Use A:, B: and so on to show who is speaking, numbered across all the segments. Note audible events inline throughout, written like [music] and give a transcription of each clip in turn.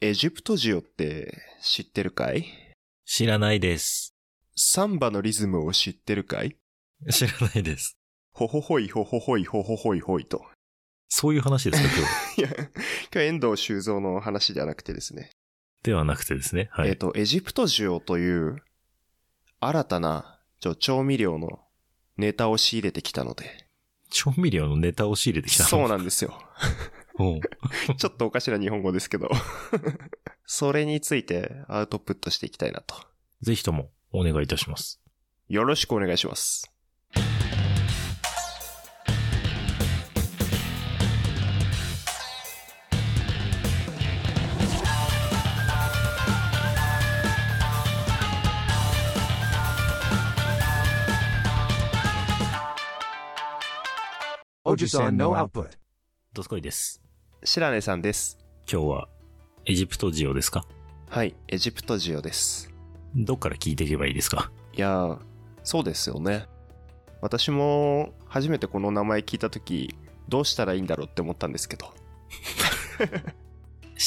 A: エジプト塩って知ってるかい
B: 知らないです。
A: サンバのリズムを知ってるかい
B: [laughs] 知らないです。
A: ほほほいほほほいほほほいほいと。
B: そういう話ですか、 [laughs] 今日。
A: いや、今日遠藤修造の話じゃなくてですね。
B: ではなくてですね。は
A: えっ
B: い。
A: と、エジプト塩という新たなちょ調味料のネタを仕入れてきたので。
B: 調味料のネタを仕入れてきた。
A: そうなんですよ。
B: お [laughs] う
A: ちょっとおかしな日本語ですけど。 [laughs] それについてアウトプットしていきたいなと。
B: ぜひともお願いいたします。
A: よろしくお願いします。
C: Ojisan no output.
B: ドスコイです。
A: 白根さんです。
B: 今日はエジプト塩ですか
A: はい、エジプト塩です。
B: どっから聞いていけばいいですか
A: いやーそうですよね私も初めてこの名前聞いた時どうしたらいいんだろうって思ったんですけど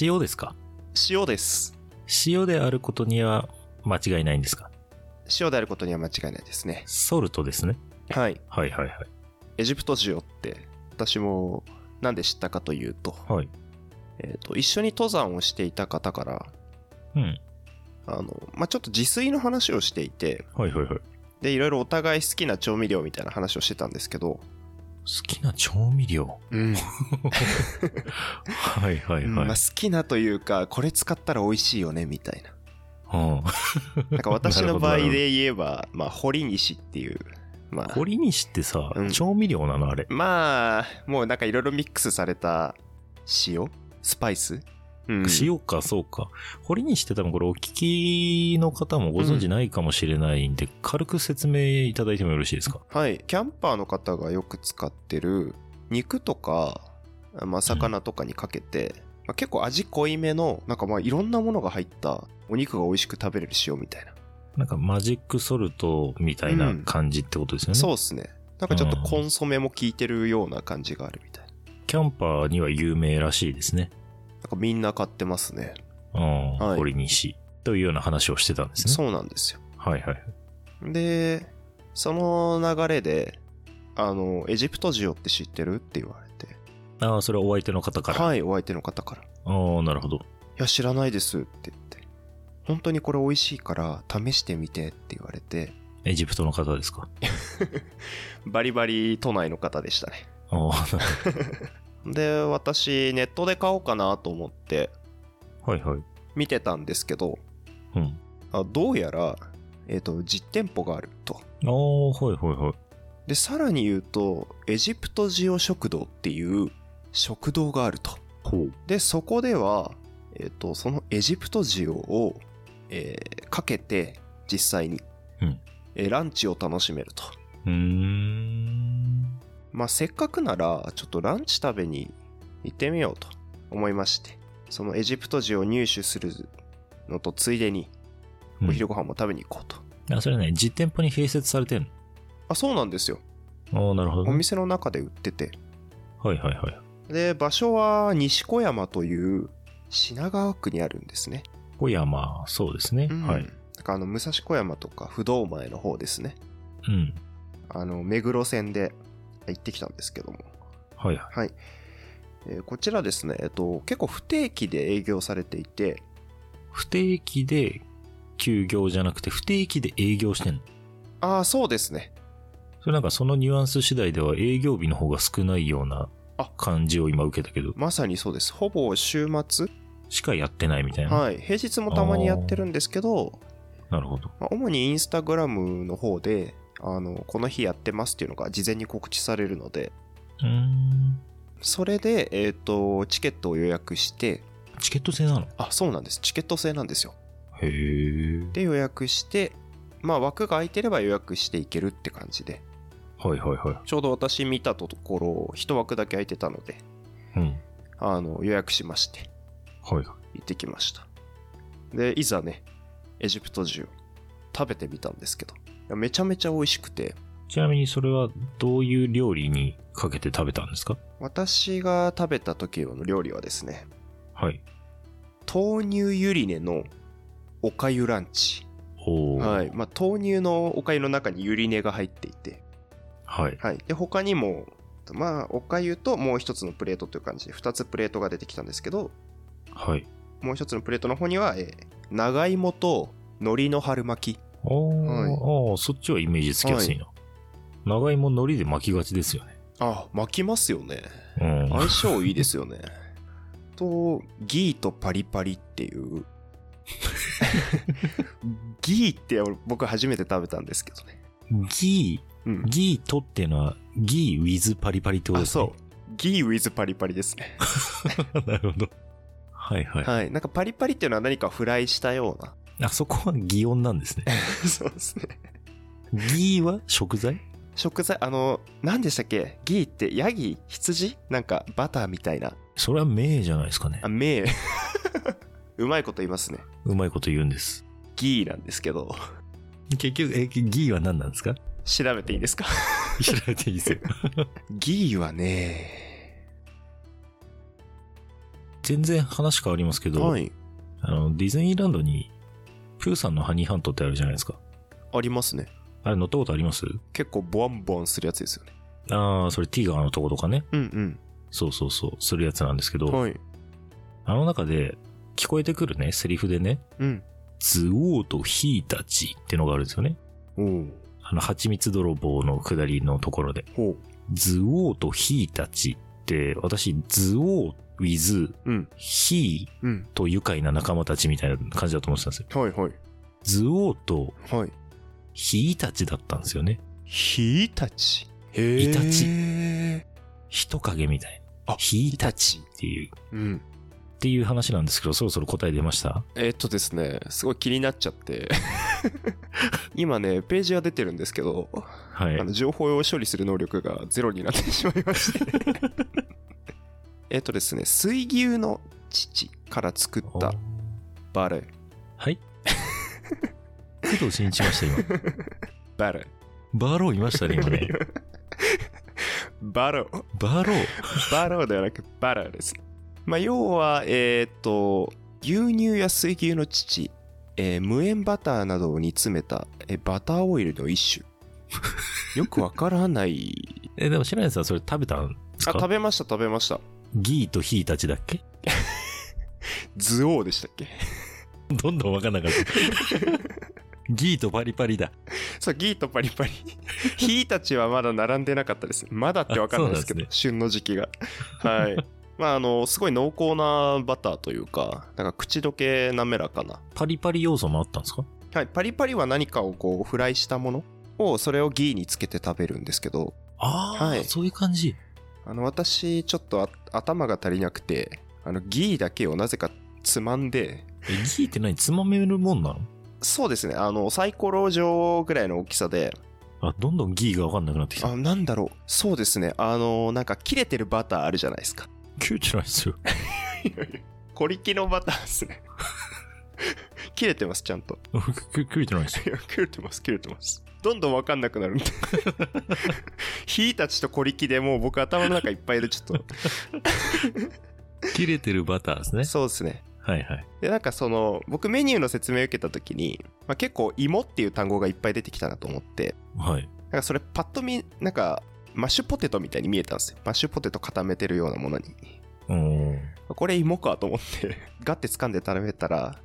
B: 塩ですか
A: 塩です
B: 塩であることには間違いないんですか
A: 塩であることには間違いないですね
B: ソルトですね。
A: はい
B: はいはいはい。
A: エジプト塩って私もなんで知ったかというと,、
B: はい。
A: えー、と一緒に登山をしていた方から
B: うん。
A: あの、まあ、ちょっと自炊の話をしていて
B: はいはいはい。好
A: でいろいろお互い好きな調味料みたいな話をしてたんですけど、
B: きな調味料。 [laughs] はいはい
A: うん
B: はい。
A: まあ、好きなというかこれ使ったら美味しいよねみたいな
B: うん
A: なんか私の場合
B: なるほどなるほど
A: で言えば、まあ、堀西っていう、まあ、
B: 堀西ってさ、
A: うん
B: 調味料なのあれ。
A: まあ、もうなんかいろいろミックスされた塩スパイス、うん
B: 塩か、そうか。堀西って多分これお聞きの方もご存知ないかもしれないんで、軽く説明いただいてもよろしいですか
A: はい。キャンパーの方がよく使ってる、肉とか、まあ、魚とかにかけて、まあ、結構味濃いめの、なんかまあ、いろんなものが入った、お肉が美味しく食べれる塩みたいな。
B: なんかマジックソルトみたいな感じってことですよね。
A: そう
B: う。
A: ですね。なんかちょっとコンソメも効いてるような感じがあるみたいな。
B: キャンパーには有名らしいですね。
A: なんかみんな買ってますね。
B: うん、
A: はい
B: 堀西。というような話をしてたんですね。
A: そうなんですよ。
B: はいはい。
A: でその流れであのエジプト塩って知ってるって言われて
B: ああ、それはお相手の方から。
A: はいお相手の方から「い
B: ああ、なるほど。
A: や知らないです」って言って「本当にこれ美味しいから試してみて」って言われて
B: エジプトの方ですか。
A: バリバリ都内の方でしたね
B: ああ、
A: で私ネットで買おうかなと思って
B: はいはい。
A: 見てたんですけど
B: うん。
A: あどうやら、えっと実店舗があると
B: ああ、はいはいはい。
A: でさらに言うとエジプト塩食堂っていう食堂があると
B: ほう。
A: でそこでは、えっとそのエジプト塩を、えーかけて実際に、
B: うん
A: えーランチを楽しめると、
B: うーん。
A: まあ、せっかくならちょっとランチ食べに行ってみようと思いましてそのエジプト塩を入手するのとついでに
B: うん
A: お昼ご飯も食べに行こうと、
B: あ、それね、実店舗に併設されてん
A: あそうなんですよ
B: の。ああ、なるほど
A: お
B: ね、
A: 店の中で売ってて
B: はいはいはい。
A: で場所は西小山という品川区にあるんですね、
B: 小山、そうですね。
A: うん
B: はい。
A: なんかあの武蔵小山とか不動前の方ですね
B: うん。
A: あの目黒線で行ってきたんですけども、
B: はいはい。
A: はいえーこちらですね、えっと、結構不定期で営業されていて、
B: 不定期で休業じゃなくて、不定期で営業してんの。
A: ああ、そうですね。
B: それなんかそのニュアンス次第では営業日の方が少ないような
A: あ
B: 感じを今受けたけど、
A: まさにそうです。ほぼ週末、
B: しかやってないみたいな。
A: はい、平日もたまにやってるんですけど、
B: なるほど。
A: まあ主にインスタグラムの方であの、この日やってますっていうのが事前に告知されるので、
B: うーん。
A: それで、えっとチケットを予約して、
B: チケット制なの
A: あ、そうなんです。チケット制なんですよ。
B: へえ。
A: で、予約して、まあ、枠が空いてれば予約していけるって感じで。
B: はいはいは
A: ちょうど私見たところ、一枠だけ空いてたので、
B: い。うん。
A: あの予約しまして、
B: はいはい。
A: 行ってきました。で、いざね、エジプト塩、食べてみたんですけど、いやめちゃめちゃ美味しくて、
B: ちなみにそれはどういう料理にかけて食べたんですか
A: 私が食べた時の料理はですね、
B: はい。
A: 豆乳ゆりねのおかゆランチ、
B: おお、
A: はいまあ、豆乳のおかゆの中にゆりねが入っていて、
B: はい。
A: はい、で他にも、まあ、おかゆともう一つのプレートという感じで2つプレートが出てきたんですけど
B: はい。
A: もう一つのプレートの方には、えー長芋と海苔の春巻き
B: おー
A: はい
B: あー、そっちはイメージつきやすいな。長芋海苔で巻きがちですよね。
A: あ巻きますよね
B: うん。
A: 相性いいですよねとギーとパリパリっていう [laughs] ギーって僕初めて食べたんですけどね、
B: ギ
A: うん
B: ー、、ギーとっていうのは、ギー with パリパリってこと
A: あ
B: ですね
A: そ。うギー with パリパリですね
B: そう。 [laughs] なるほど。はいはい。
A: はいなんかパリパリっていうのは何かフライしたような
B: あそこは擬音なんですね。
A: [laughs] そうですね
B: ギーは食材
A: 食材あの何でしたっけギーってヤギ羊なんかバターみたいな
B: それは名じゃないですかね
A: あ。め [laughs] うまいこと言いますね
B: うまいこと言うんです。
A: ギーなんですけど
B: 結局、え、ギーは何なんですか
A: 調べていいですか
B: 調べていいですよ。
A: ギーはね
B: 全然話変わりますけど、
A: はい
B: あの、ディズニーランドに、プーさんのハニーハントってあるじゃないですか。
A: ありますね
B: あれ乗ったことあります
A: 結構ボワンボワンするやつですよね
B: ああ、それティガーのとことかね。
A: うん
B: そうそうそう、するやつなんですけど、
A: はい
B: あの中で、聞こえてくるね、セリフでね、
A: うん
B: ズオーとヒーたちってのがあるんですよね。
A: おう
B: あの、蜂蜜泥棒の下りのところで。
A: ほ
B: ズオーとヒーたちって、私、ズオー with
A: ううん
B: ヒ
A: うん
B: ーと愉快な仲間たちみたいな感じだと思ってたんですよ。
A: はいはい
B: ズオーと
A: はい
B: ヒーたちだったんですよね。
A: ヒイタチへ
B: イタチ
A: チ
B: 人影みたいな。
A: あ
B: ヒーたちっていう、っ
A: うん
B: ていう話なんですけど、そろそろ答え出ました
A: えっとですねすごい気になっちゃって [laughs] 今ねページが出てるんですけど
B: はい
A: あ。の情報を処理する能力がゼロになってしまいま
B: [laughs]
A: してえっとですね水牛の乳から作っ
B: お
A: たバレ
B: はい。 [laughs] 工藤新一いました、今。
A: バレ
B: バーローいましたね、今ね。
A: バロー
B: バーロー。
A: バローではなくバラですまあ要はえっと牛乳や水牛の乳、えー無塩バターなどを煮詰めた、えーバターオイルの一
B: [laughs]
A: 種よくわからない
B: え、でも白根さんそれ食べたんです
A: あ
B: か
A: 食べました食べました
B: ギーとヒーたちだっけ [laughs]
A: ズオーでしたっけ
B: どんどんわかんなかった。
A: [laughs]
B: ギーとパリパリだ。
A: そう、ギーとパリ
B: [laughs]
A: パリ。ヒーたちはまだ並んでなかったです。まだってわかんないですけど、
B: あそうなんで
A: 旬の時期が。
B: [laughs]
A: はい。まあ、あの、すごい濃厚なバターというか、なんか口どけ滑らかな。
B: パリパリ要素もあったんですか
A: はい、パリパリは何かをこう、フライしたものを、それをギーにつけて食べるんですけど、
B: ああ、
A: はい
B: そういう感じ。
A: あの、私、ちょっとあ頭が足りなくて、あの、ギーだけをなぜかつまんで、
B: え、ギーって何つまめるもんなの
A: そうですね、あの、サイコロ状ぐらいの大きさで、
B: あ、どんどんギーがわかんなくなってきた。
A: あ、なんだろう、そうですね、あの、なんか切れてるバターあるじゃないですか。
B: キューじゃないですよ。 [laughs]
A: 小力のバターですね。 [laughs] 切れてます、ちゃんと。
B: キュキューじゃないですよ。
A: いや、切れてます、切れてます。どんどんわかんなくなるんで。 [laughs] ヒーたちと小力でもう僕頭の中いっぱいでちょっと。
B: 切れてるバターですね。
A: そうですね。
B: はいはい。
A: で、なんかその、僕メニューの説明を受けた時に、まあ、結構芋っていう単語がいっぱい出てきたなと思って、
B: はい。
A: なんかそれパッと見、なんか、マッシュポテトみたいに見えたんですよ。マッシュポテト固めてるようなものに。
B: うーん。
A: これ芋かと思って、ガッて掴んで食べたら、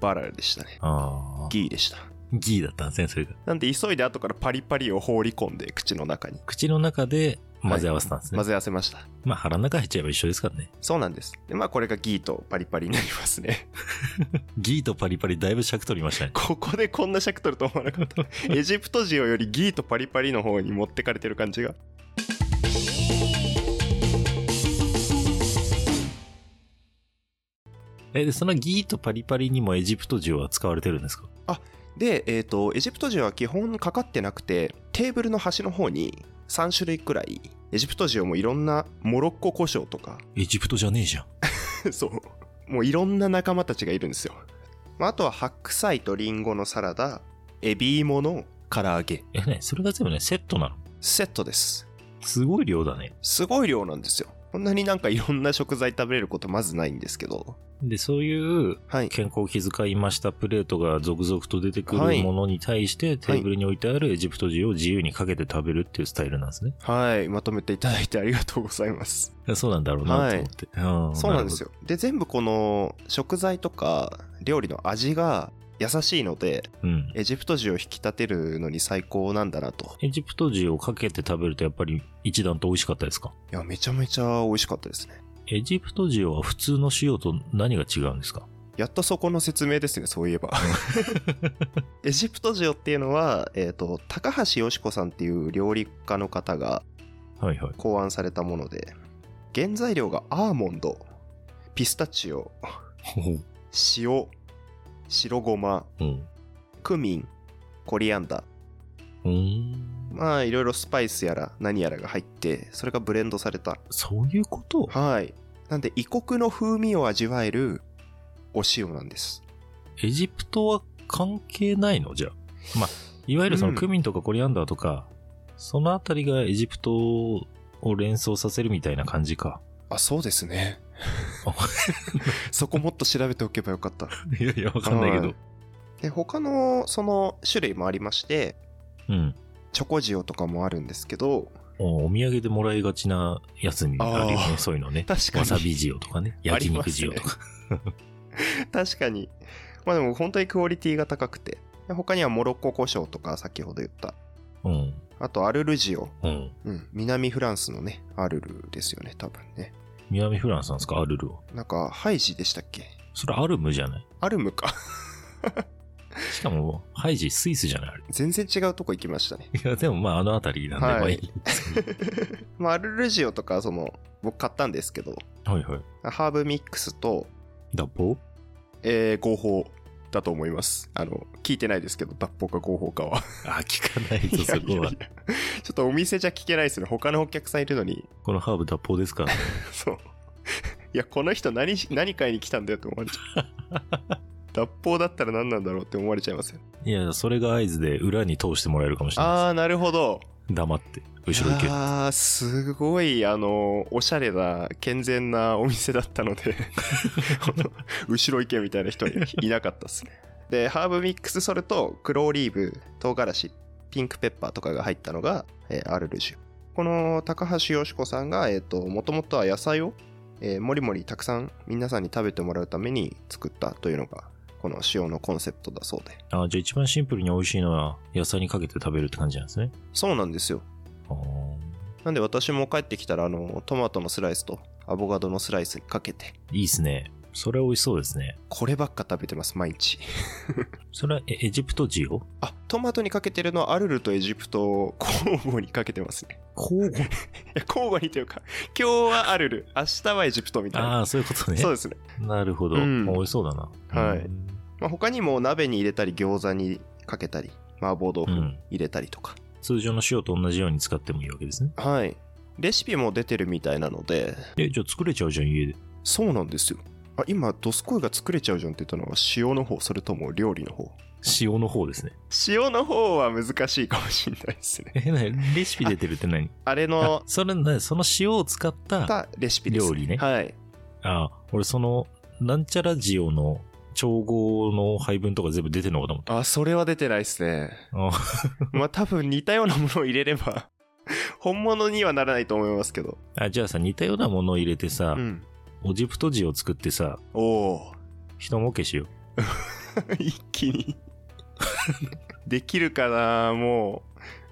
A: バラでしたね。
B: ああ。
A: ギーでした。
B: ギーだったんですね、それが。
A: なんで急いで後からパリパリを放り込んで口の中に
B: 口の中で混ぜ合わせたんですね。
A: 混ぜ合わせました。
B: まあ腹の中入っちゃえば一緒ですからね。
A: そうなんです。で、まあこれがギーとパリパリになります
B: [laughs]
A: ね。
B: ギーとパリパリだいぶ尺取りましたね。
A: ここでこんな尺取ると思わなかった。エジプト塩よりギーとパリパリの方に持ってかれてる感じが。
B: [laughs] え、で、そのギーとパリパリにもエジプト塩は使われてるんですか
A: で、えっ、と、エジプト塩は基本かかってなくて、テーブルの端の方に3種類くらい、エジプト塩もいろんなモロッコ胡椒とか、 [laughs]
B: エジプトじゃねえじゃん。
A: そう。もういろんな仲間たちがいるんですよ。まあ、あとは白菜とリンゴのサラダ、エビ芋の唐揚げ。
B: え、ね、それが全部ね、セットなの。
A: セットです。
B: すごい量だね。
A: すごい量なんですよ。こんなになんかいろんな食材食べれることまずないんですけど。
B: で、そういう
A: はい。
B: 健康を気遣いましたプレートが続々と出てくるものに対して、テーブルに置いてあるエジプト人を自由にかけて食べるっていうスタイルなんですね。
A: はい。まとめていただいてありがとうございます。
B: そうなんだろうなと思って。うん
A: そうなんです。よ。で、全部この食材とか料理の味が優しいので、
B: なるほどうん。
A: エジプト人を引き立てるのに最高なんだなと。
B: エジプト人をかけて食べるとやっぱり一段と美味しかったですか
A: いや、めちゃめちゃ美味しかったですね。
B: エジプト塩は普通の塩と何が違うんですか
A: やっとそこの説明ですね、そういえば。エジプト塩っていうのは、えっ、と、高橋よし子さんっていう料理家の方が
B: はいはい。
A: 考案されたもので、原材料がアーモンド、ピスタチオ、塩、白ごま、
B: [laughs] うん。
A: クミン、コリアンダー、
B: うん。
A: まあいろいろスパイスやら何やらが入ってそれがブレンドされた
B: そういうこと
A: はいなんで異国の風味を味わえるお塩なんです
B: エジプトは関係ないのじゃあ。まあ、いわゆるそうの
A: ん
B: クミンとかコリアンダーとか、そのあたりがエジプトを連想させるみたいな感じか。
A: あそうですねそこもっと調べておけばよかった
B: [laughs] いやいや、わ
A: はい。で他のその種類もありまして
B: うん。
A: チョコ塩とかもあるんですけど
B: おお土産でもらいがちなやつにあるよ
A: あ
B: ね、
A: ー
B: そういうのね。
A: 確か
B: わ
A: に
B: さび塩とか [laughs] ね。
A: あ
B: 焼
A: りま
B: 肉
A: すね
B: 塩とか。
A: 確かにまあでも本当にクオリティが高くてで他にはモロッコ胡椒とか先ほど言った
B: うん。
A: あとアルル塩、
B: うん。
A: うん、南フランスのねアルルですよね多分ね
B: 南フランスなんですかアルルは。
A: なんか、ハイジでしたっけ
B: それアルムじゃない
A: アルムか。 [laughs]
B: しかも、ハイジスイスじゃないあれ
A: 全然違うとこ行きましたね。
B: いや、でもまあ、あの辺りなんで、
A: はい
B: まあいいんですけど
A: まあ、アルルジオとか、その、僕買ったんですけど、
B: はいはい。
A: ハーブミックスと、
B: 脱法
A: えー、合法だと思います。あの、聞いてないですけど、脱法か合法かは。
B: [laughs] あ、聞かないと、そ
A: いや
B: こ
A: いや。
B: はい
A: や [laughs] ちょっとお店じゃ聞けないですね。他のお客さんいるのに、
B: このハーブ脱法ですからね。
A: そう。いや、この人何し、何買いに来たんだよって思われちゃ [laughs] う。脱法だったら何なんだろうって思われちゃいますよ。
B: いや、それが合図で裏に通してもらえるかもしれない
A: あー、なるほど。
B: です。黙って。後ろ行け。
A: ああすごいあのおしゃれな健全なお店だったの
B: [laughs]
A: で後ろ行けみたいな人はいなかったですねでハーブミックスそれと黒オリーブ唐辛子ピンクペッパーとかが入ったのが、えーアルルジュこの高橋よし子さんがえっ、ともともとは野菜を、えーもりもりたくさん皆さんに食べてもらうために作ったというのがこの塩のコンセプトだそうで
B: あじゃあ一番シンプルに美味しいのは、野菜にかけて食べるって感じなんですね。
A: そうなんですよ
B: あー
A: なんで私も帰ってきたらあのトマトのスライスとアボカドのスライスかけて
B: いいっすね。それ美味しそうですね。
A: こればっか食べてます毎日
B: それはエエジプト塩
A: あトマトにかけてるのはアルルとエジプトを交互にかけてますね
B: 交互
A: いや交互にというか今日はアルル明日はエジプトみたいな
B: ああ、そういうことね
A: そう。ですね、
B: なるほど。
A: うん
B: 美味しそうだな。
A: はい
B: うん
A: まあ、他にも鍋に入れたり餃子にかけたり麻婆豆腐に入れたりとか、
B: 通常の塩と同じように使ってもいいわけですね。
A: はいレシピも出てるみたいなので
B: え、じゃあ作れちゃうじゃん、家で。
A: そうなんですよあ今ドスコイが作れちゃうじゃんって言ったのは塩の方それとも料理の方
B: 塩の方ですね。
A: 塩の方は難しいかもしれないですね
B: え、なレシピ出てるって何
A: [laughs] あれ
B: あ
A: の、
B: それ、なその塩を使った、あ
A: たレシピです。
B: 料理ね
A: はい。
B: 俺その、なんちゃら塩の調合の配分とか全部出てんのかと思っ
A: あ、それは出てないですね。
B: た。あ
A: [laughs] まあ多分似たようなものを入れれば、 [laughs] 本物にはならないと思いますけど。
B: あ、じゃあさ、似たようなものを入れてさ
A: う、ん。
B: エジプト塩を作ってさ、
A: おお
B: 人儲けしよ
A: ー [laughs] 一気に。 [laughs] できるかなも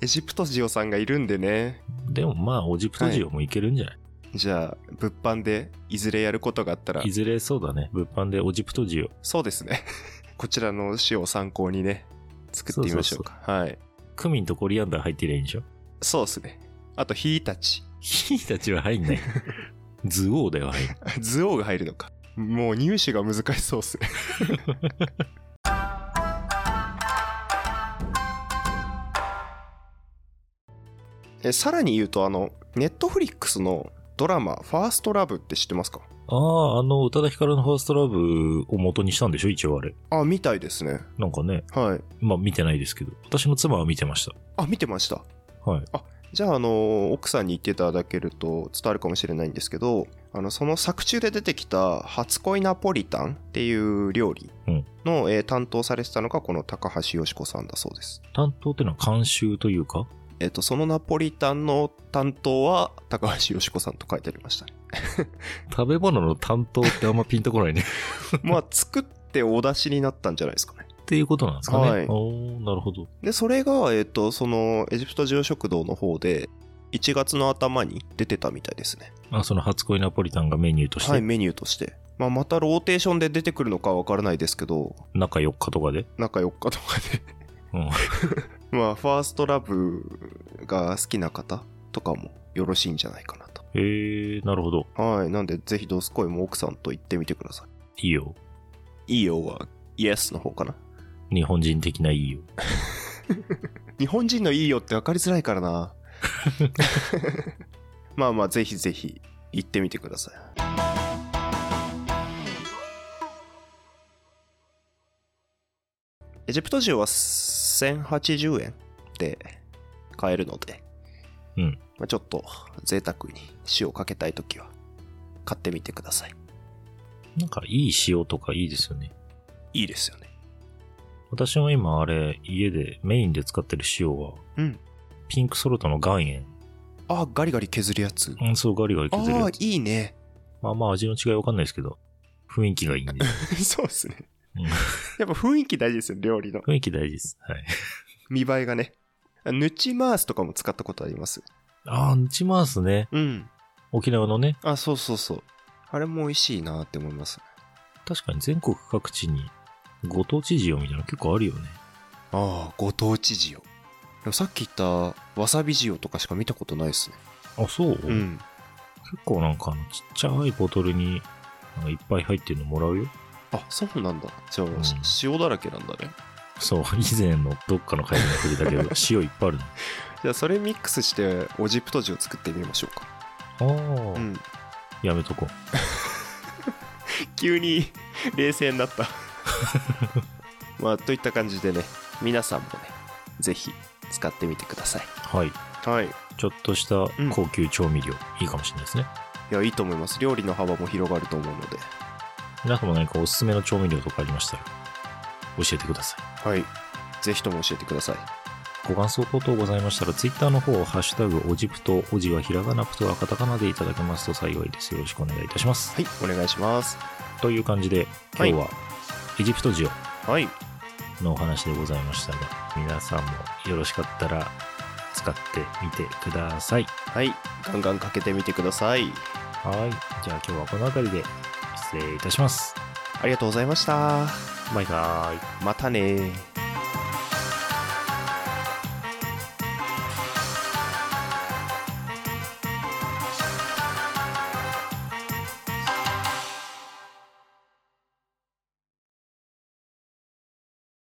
A: う、エジプト塩さんがいるんでね。
B: う。でもまあ、エジプト塩もいけるんじゃない、
A: じゃあ、物販でいずれやることがあったら
B: い、、ずれそうだね。物販でエジプト塩。
A: そうですね。 [laughs] こちらの塩を参考にね、作ってみましょうか。はい。
B: クミンとコリアンダー入ってりゃいいんでしょ
A: そうですね。あと、ヒーた [laughs] ち。
B: ヒーたちは入ん
A: [laughs]
B: ない。ズオーだよ、入んない
A: 図王が入るのかもう入手が難しそうっすね [laughs] えさらに言うとあのネットフリックスのドラマ「ファーストラブって知ってますか
B: ああ、あの、宇多田ヒカルのファーストラブを元にしたんでしょ一応あれ。
A: あみたいですね
B: なんかね、
A: はい
B: まあ見てないですけど。私の妻は見てまし
A: あ見てました
B: た。はい。
A: あじゃあ、あの、奥さんに言っていただけると伝わるかもしれないんですけど、あの、その作中で出てきた初恋ナポリタンっていう料理
B: うん
A: の、えー担当されてたのがこの高橋よし子さんだそうです。
B: 担当っていうのは監修というか
A: えっ、と、そのナポリタンの担当は高橋よし子さんと書いてありま
B: [laughs]
A: したね。
B: 食べ物の担当ってあんまピンとこないね。 [laughs]
A: まあ、作ってお出しになったんじゃないですかね。
B: っていうことなんですかね。
A: はい
B: おーなるほど。
A: で、それが、えっ、と、その、エジプト需要食堂の方で、1月の頭に出てたみたいですね。
B: あ、その初恋ナポリタンがメニューとして、
A: はい、メニューとして。まあ、またローテーションで出てくるのかわからないですけど、
B: 中4日とかで。
A: 中4日とかで
B: うん。
A: [laughs] まあファーストラブが好きな方とかもよろしいんじゃないかなと
B: えー、なるほど。
A: はいなんでぜひドスコイも奥さんと行ってみてくださ
B: いいよ。
A: いいいよはイエスの方かな
B: 日本人的ないいよ。
A: 日本人のいいよって分かりづらいから [laughs] なまあまあぜひぜひ行ってみてくださいエジプト人は1080円で買えるので、
B: うん
A: まあ、ちょっと贅沢に塩をかけたいときは買ってみてください
B: なんかいい塩とかいいですよね。
A: いいですよね
B: 私も今あれ、家でメインで使ってる塩は、
A: うん
B: ピンクソルトの岩塩。
A: あガリガリ削るやつ
B: うん、そうガリガリ
A: ああ
B: 削るや
A: ー
B: つ。
A: いいね
B: まあまあ味の違いわかんないですけど、雰囲気がいいんで。 [laughs]
A: [laughs] そうですね
B: うん
A: [laughs] やっぱ雰囲気大事ですよ料理の
B: 雰囲気大事です。はい。
A: 見栄えがね。あヌチマースとかも使ったことあります。
B: あー、打ちますね。
A: うん。
B: 沖縄のね、
A: あ、そうそうそう。あれも美味しいなって思います。
B: 確かに全国各地にご当地塩みたいなの結構あるよね。
A: ああ、ご当地塩。でもさっき言ったわさび塩とかしか見たことないですね。
B: あ、そう、
A: うん。
B: 結構なんかあのちっちゃいボトルになんかいっぱい入ってるのもらうよ。
A: あ、そうなんだ。じゃあ、
B: ん
A: し塩だらけなんだね。
B: そう、 [laughs] 以前のどっかの会社の時だ
A: [laughs]
B: けど塩いっぱいあるの。
A: じゃあ、それミックスして、オジプト塩作ってみましょうか。
B: ああ、
A: うん。
B: やめとこ。。
A: 急に冷静にな [laughs] った。まあ、といった感じでね、皆さんもね、ぜひ使ってみてくださいう
B: はい。
A: はい。
B: ちょっとした高級調味料、いいかもしれないですね。
A: いや、いいと思います。料理の幅も広がると思うので。
B: 皆さんも何かおすすめの調味料とかありましたら教えてください。
A: はい。ぜひとも教えてください。
B: ご感想等々ございましたら、ツイッターの方をハッシュタグ、おじプと、おじはひらがな、プトはカタカナでいただけますと幸いです。よろしくお願いいたします。
A: はい、お願いします。
B: という感じで、今
A: はい
B: 日はエジプト塩
A: はい。
B: のお話でございましたが、皆さんもよろしかったら使ってみてください。
A: はい。ガンガンかけてみてください。
B: はい。じゃあ今日はこの辺りで失礼いたします。
A: ありがとうございました。
B: バイバイ。
A: またねー